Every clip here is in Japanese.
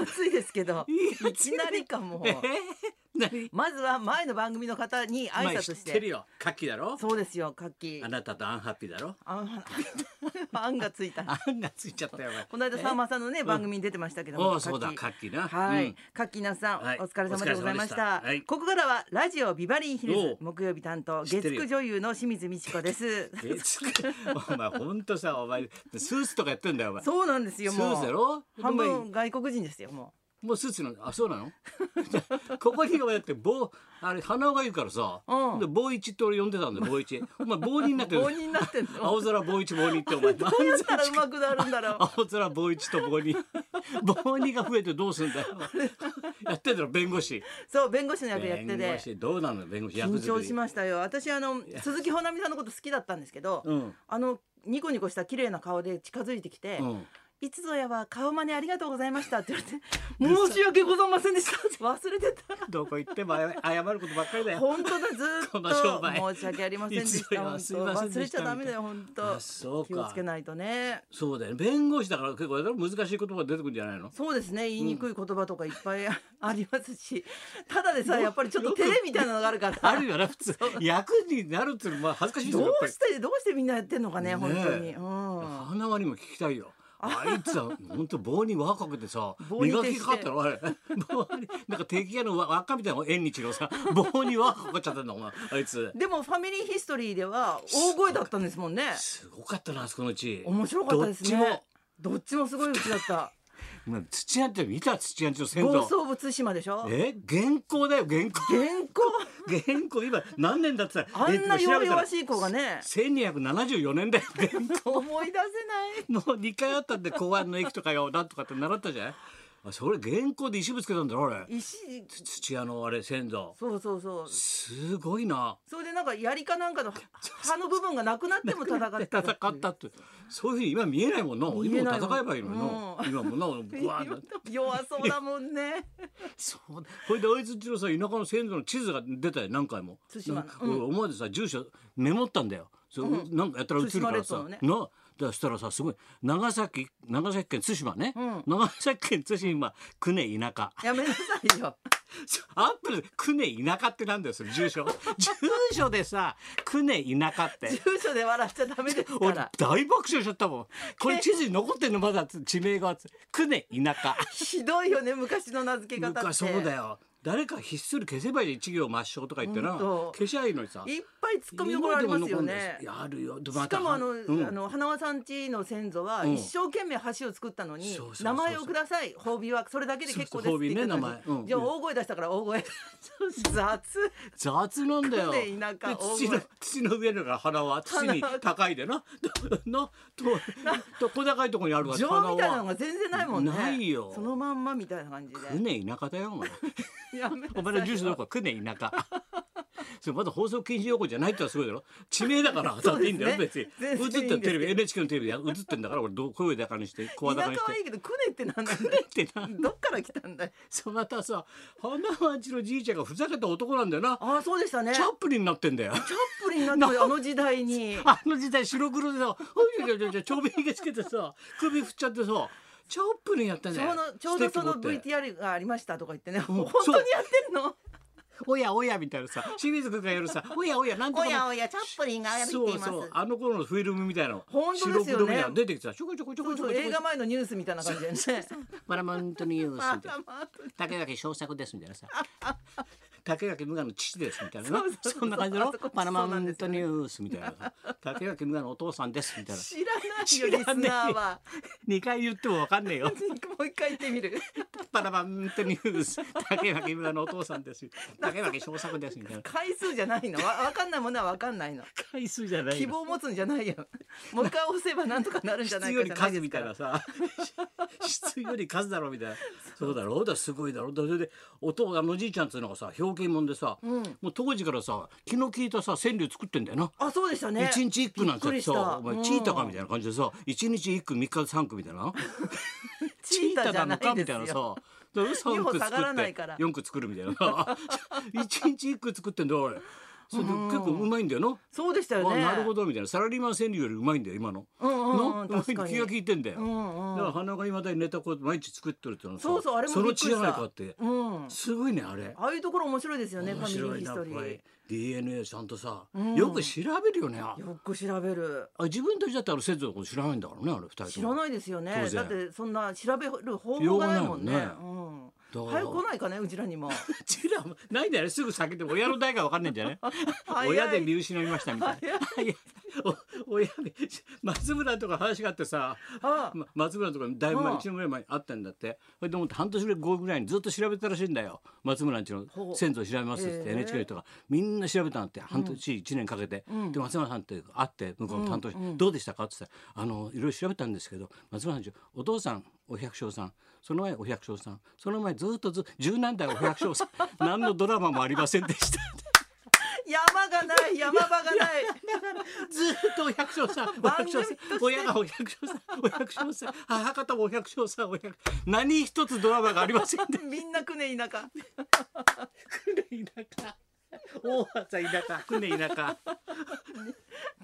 暑いですけどいきなりかもえー、何まずは前の番組の方に挨まあ拶し知ってるてよカキだろそうですよカッキーあなたとアンハッピーだろあああんがついたあんがついちゃったよお前この間さんまさんのね番組に出てましたけどおもうそうだカッキーカキなはういん、カッキーなさん、はいお疲れ様でございましお疲れ様た。でしたはいここからはラジオビバリーヒルズおう木曜日担当知月ってるよ9女優の清水美智子です。月9お前ほんとさお前スーツとかやってんだよお前そうなんですよスーもツだうろ半お前分外国人ですよももうスーツなのあそうなの じゃあここにお前だって棒あれ鼻緒がいるからさ、うんで棒一って俺呼んでたんだよ棒一お前棒二になっうてる棒になってんの。ど青空棒一棒二って お前うやったらうまくなるんだ ろう。青空棒一と 棒二棒二が増えてどうすんだよやってんだろ弁護士そう弁護士の役やって弁護て士どうなの弁護士役緊作張りしましたよ。私あの鈴木保奈美さんのこと好きだったんですけど、うんあのニコニコした綺麗な顔で近づいてきて。うんいつぞやは顔真似ありがとうございましたって言 われて申し訳ございませんでしたって忘れてたどこ行っても謝ることばっかりだよ本当だずーこの商っ売と申し訳ありませんでしいつよたりは本すいま当せんでし忘たれちゃダメだよ本当あそう気をかつけないとねそうだよね弁護士だから結構難しい言葉出てくるんじゃないのそうですね言いにくい言葉とかいっぱいありますしただでさやっぱりちょっと照れみたいなのがあるからあるよね普通役になるっていうのは恥ずかしいですどよやっぱうりしてどうしてみんなやってんのかねねえ本当にうん花輪にも聞きたいよあいつは本当棒に輪かけてさ棒に磨徹きしてかかったろあれ棒になんか敵屋の輪輪っかみたいな縁日のさ棒に輪かかっちゃったんだお前あいつでもファミリーヒストリーでは大声だったんですもんねすごかったなあそこのうち面白かったですどっちもねどっちもすごいうちだ ったまあ土屋って見た土屋んちの先暴祖走部対馬でしょえ原稿だよ原稿 原稿 原稿今何年だってさあんな弱々しい子がね1274年だよ原稿思い出せないもう2回あったんで公安の駅とかよ なんとかって習ったじゃないあそれ原稿で石ぶつけたんだろあれ石土屋のあれ先祖そうそうそうすごいなそれでなんか槍かなんかの刃の部分がなくなっても戦って戦ったってそういうふうに今見えないもんな見え今ないも戦えばいいのにな、うん今 もなうわー弱そうだもんねそうこれであいつちのさ田舎の先祖の地図が出たよ何回も対馬のなんかうん俺思わずさ住所メモったんだよそう、なんかやったら映るから対馬さ、列島なだからしたらさすごい長崎長崎県対馬ね、うん長崎県対馬久根田舎 やめなさいよアップル久根田舎ってなんだよそれ 住所住所でさ久根田舎って 住所で笑っちゃダメですか俺ら大爆笑しちゃったもんこれ地図に残ってんのまだつ地名がつ久根田舎ひどいよね昔の名付け方って昔そうだよ誰かひっそり消せばいい一行抹消とか言ってなほんと消しゃいいのにさいっぱいツッコミどころありますよ今でも残るんでねすいやあるよでしまたかもあの、うんあの花輪さん家の先祖はうん一生懸命橋を作ったのに、そうそうそうそう名前をください褒美はそれだけで結構ですそうそうっ褒て美言ってたねのに名前うんじゃあ大声出したから大声 雑雑なんだよ久根田舎で大声土の土の上のが花 は土に高いでな なとと小高いところにあるから情みたいな花のはが全然ないもんねないよそのまんまみたいな感じで久根田舎だよお前やめなさおい前の住所どこか久根田舎 それまだ放送禁止用語じゃないってのはすごいだろ地名だから当たっていいんだ そよ、うで別すにね映全然いいんですってるテレビ NHK のテレビで映ってんだから俺どう声高にして声田高舎にしはていいけどくねってなん なんだってなどっから来たんだよそまたさ花輪ちのじいちゃんがふざけた男なんだよなああそうでしたねチチャャッップリンになってんだよプリンなんて あの時代にあの時代白黒でさおいちょいちょいちょいちょびひげつけてさ首振っちゃってさチャップリンやったちねょうどちょうどそのステップ持って VTR がありましたとか言ってねん本当にやってんのおやおやみたいなさ清水君がやるさおやおやなんとかおのやおやチャップリンが歩いていますそうそうあの頃のフィルムみたいなの本当ですよね白黒みたいなの出てきてたちょこちょこちょそこうちょそこうちょこ映画前のニュースみたいな感じでねパラマウントニュースみたいな頭あと竹垣小作ですみたいなさ 竹垣無我の父ですみたいななそうそうそうそんな感じのあそこパラマウントニュースみたいなさ竹垣無我のお父さんですみたいな知らないよ知リスらねえナーは 二回言ってもわかんねえよもう一回言ってみる パラマウントニュース竹垣無我のお父さんです竹垣小作ですみたいな回数じゃないのわ分かんないものは分かんないの回数じゃない希望を持つんじゃないよもう一回押せばなんとかなるんじゃな質いよかりじゃない数ですみかたいらなさ質より数だろみたいなそうだろうだすごいだろうだそれでお父あのおじいちゃんっつうのがさ表敬もんでさ、もう当時からさ気の利いたさ川柳作ってんだよな。あそうでしたね一日一句なんてびっくりしさたお前チータかうみんたいな感じでさ一日一句三日三句みたいなチータじゃないチータなのかでみすたいなさよだから三二歩句下が作らなっいから て四句作るみたいな一日一句作ってんだよ俺それで結構うまいんだよな、そうでしたよあね。なるほ。どみたいなサラリーマン川柳よりうまいんだよ今の、うんうん、うん、なうまい確かに。気が利いてんだよ、うんうんだから花がいまだにネタこう毎日作ってるっていうのはさそうそうあれもそびのっく血りしじゃたないかってうん。すごいねあれああいうところ面白いですよね。フ面ァミリ白ーいヒなスやトっリぱりー。 DNA ちゃんとさ、うんよく調べるよねあよく調べる。自分たちだってあれ節度のこと知らないんだからねあれ二人とも知らないですよね当。然だってそんな調べる方法がないもんね。用がないうん。だから早く来ないかねうちらに も。うちらもないんだよねすぐ避けて親の代が分かんないんじゃない 早い親で見失いましたみたい早い。な。 いやお親で松村とか話があってさあま松村とかだいぶ前うん1年ぐらい前に会ったんだってそれでもって半年ぐらい後ぐらいにずっと調べてたらしいんだよ松村んちのほう先祖調べますっつっへてえ NHK とかみんな調べたんだって半年1年かけて、うんで松村さんって会って向こうの担当者、うんうんどうでしたか?」って言ったらあの「いろいろ調べたんですけど松村さんちお父さんお百姓さんその前お百姓さんその前ずっとず十何代お百姓さん 何のドラマもありませんでした」山がない山場がない。 ずーっとお百姓さ ん、お百姓さん、親がお百姓さん、お百姓さん、 母方もお百姓さん、お百何一つドラマがありませんで、みんなくね田舎。田舎、大畑田舎、久根田舎、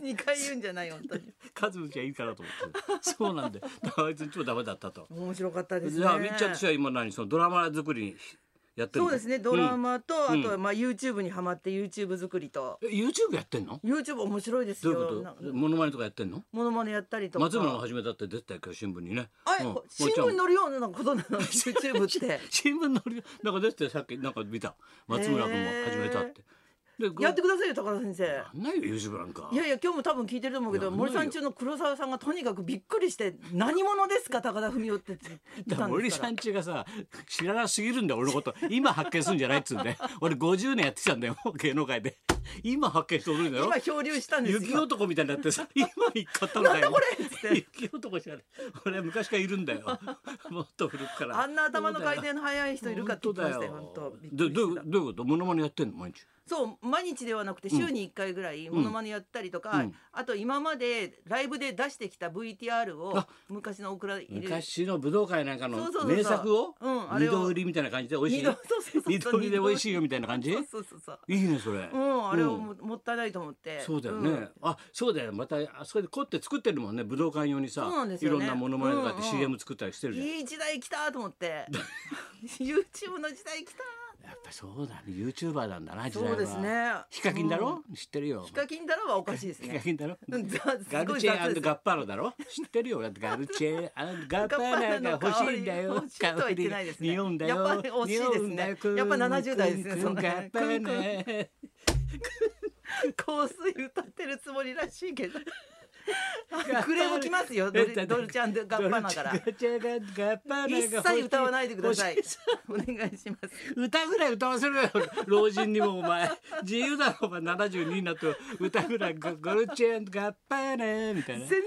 二回言うんじゃない本当に。カズムちゃんいいかなと思って、そうなんで、あいつんちもダメだったと。面白かったですね。じゃあみっちゃんとしては今何そのドラマ作りにやってそるの？うですね。ドラうん。マと、うんあとはまあ YouTube にハマって YouTube 作りと。え YouTube やってんの？ YouTube 面白いですどうよ。いうなこと？モノマネとかやってんの？モノマネやったりとか。松村が始めたって出てたよ今日新聞にね。あれうん新聞に載るようなことなの YouTube って。新聞のりなんか出てたよさっきなんか見た松村君も始めたって。でやってくださいよ高田先生。なんないよ YouTube なんかい。やいや今日も多分聞いてると思うけいどや森さないんよ中の黒沢さんがとにかくびっくりして「何者ですか高田文夫」って言ってだかたらんで森すかさらんちがさ知らなすぎるんだよ俺のこと今発見するんじゃないっつうんで俺50年やってきたんだよもう芸能界で今発見して驚いたよ今漂流したんです雪よ。男みたいになって さ今行っったのかよれっつって雪男じゃない俺は昔からいるんだよ もっと古くからあんな頭の回転の速い人いるかって言ってましたよ本当びっくどりどしういうたどういうことモノマネやってんの毎日そう毎日ではなくて週に1回ぐらいモノマネやったりとか、うんあと今までライブで出してきた VTR をあ昔のオクラ入れる昔の武道会なんかそのうそうそうそう名作をうんあ二れを度売りみたいな感じで美味し二い度そうそうそう二度売りで美味しいよみたいな感じいそうそうそういねそれそううんあれをも,、もったいないと思ってそうだよね、うんあそうだよまたあそこで凝って作ってるもんね武道館用にさそうなんですいよろねんなものまねとかっうてんうん CM 作ったりしてるじゃん、いい時代来たと思って YouTube の時代来やっぱそうだね YouTuber なんだなた時代はそうですねヒカキンだろ、知ってるよヒカキンだろはおかしいです ヒカねキンだろうんざガすごルいチェ雑ですガッパーロだろ知ってるよだってガルチェガッパーロが欲しいんだよ欲しいとは言ってないですね日本だよやっぱり惜しいですね匂うんだよクンやっぱ70代ですねクンそんクなンガッパーね香水歌ってるつもりらしい けどクレームきますよドルえドルチャンでガッパナからドルチェガッパーナが欲一しい切歌わないでください欲し お願いします歌ぐらい歌わせろよ老人にもお前自由だろお前72になって歌ぐらいゴゴルチェンガッパーねみたいな全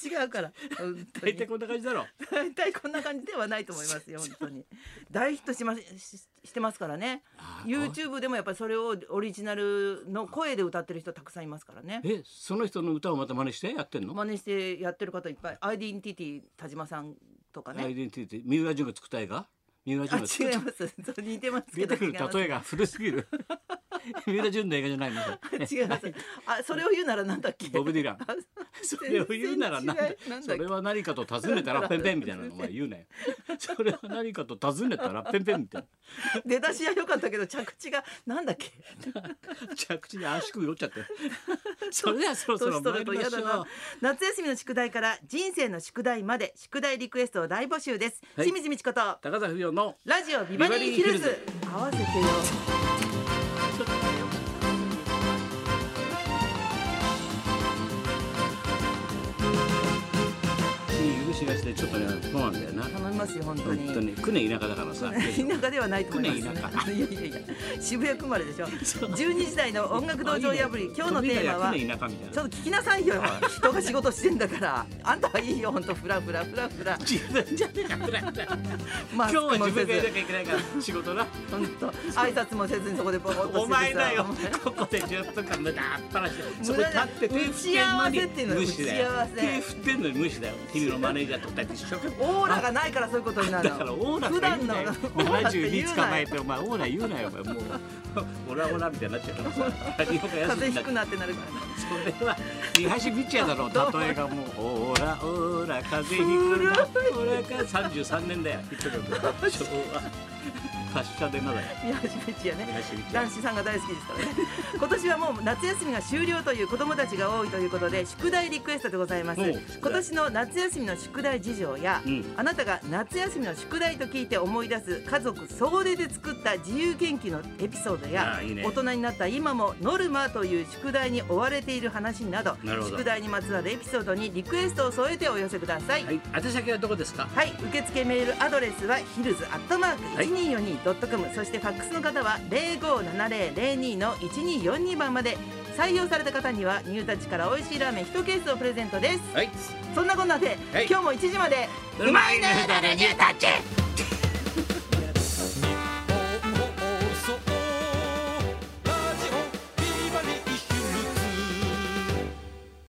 然違うから本当大に体こんな感じだろ大体こんな感じではないと思います よ本当に大ヒットしますししてますからねあー YouTube でもやっぱりそれをオリジナルの声で歌ってる人たくさんいますからねえその人の歌をまた真似してやってんの、真似してやってる方いっぱいアイデンティティ田島さんとかアねイデンティティ三浦淳が作った映画三浦あ違淳いまがす作ったそう似てますけ出どてく違るいます例えが古す ぎる三浦淳の映画じゃないの違いますあそれを言うならなんだっけボブ・ディ ランあそれを言うならなんだ全然違うなんだそれは何かと尋ねたらペンペンみた いなのお前言うなよそれは何かと尋ねたらペンペンみたいな出だしは良かったけど着地がなんだっけ着地で足首折っちゃ って。それではそろそろ年取る参とりま嫌しょだう。な夏休みの宿題から人生の宿題まで宿題リクエストを大募集です、はい清水美智子と高田不要の。ラジオビバリーヒルズ合わせてよ許しがしてちょっとね、そうなんだよな。頼みますよ本当本に当に久根田舎だからさ。田舎ではないと思います、ね久根田、いやいやいや渋谷区まででしょそう12時台の音楽道場破り今日のテーマは久根ち田舎みたいょっな。と聞きなさいよ人が仕事してんだからあんたはいいよ本当フラフラフラフラ自分じゃねえかくらいだ。マス今日クはも自せ分がやらなずきゃいけないから仕事な。本当挨拶もせずにそこでボコッとしててさお前だよ。ここで十分間無駄っぱなし。そこ立って手振ってんのに無視だよ。手振ってんのに無視だよ。君のマネージャがとうだって一生懸命オーラがないからそういうことになるのだからオーラ普がい段いんのだよオーラって72言う捕なまえよてお前オーラ言うなよお前もうオラオラみたいになっちゃうからさ何もか風休邪んひだくなってなるからそれはリハシピッチャーだろう例えがもうオーラオーラ風邪ひ古いくなオーラか33年だよヒット曲昭和達者でまだ宮橋ピッチやねリハシピッチャ男ー子さんが大好きですから ね今年はもう夏休みが終了という子どもたちが多いということで宿題リクエストでございますおう今年の夏休みの宿題事情や、うんあなたが夏休みの宿題と聞いて思い出す家族総出で作った自由研究のエピソードやああいいね大人になった今もノルマという宿題に追われている話などなるほど宿題にまつわるエピソードにリクエストを添えてお寄せください、はい宛先はどこですかはい、受付メールアドレスはヒルズアットマークはい一二四二ドットコム、そしてファックスの方は零五七零零二の一二四二番まで。採用された方にはニュータッチから美味しいラーメン1ケースをプレゼントです。はいそんなこんなで、はい今日も1時までうまいねだねニュータッチ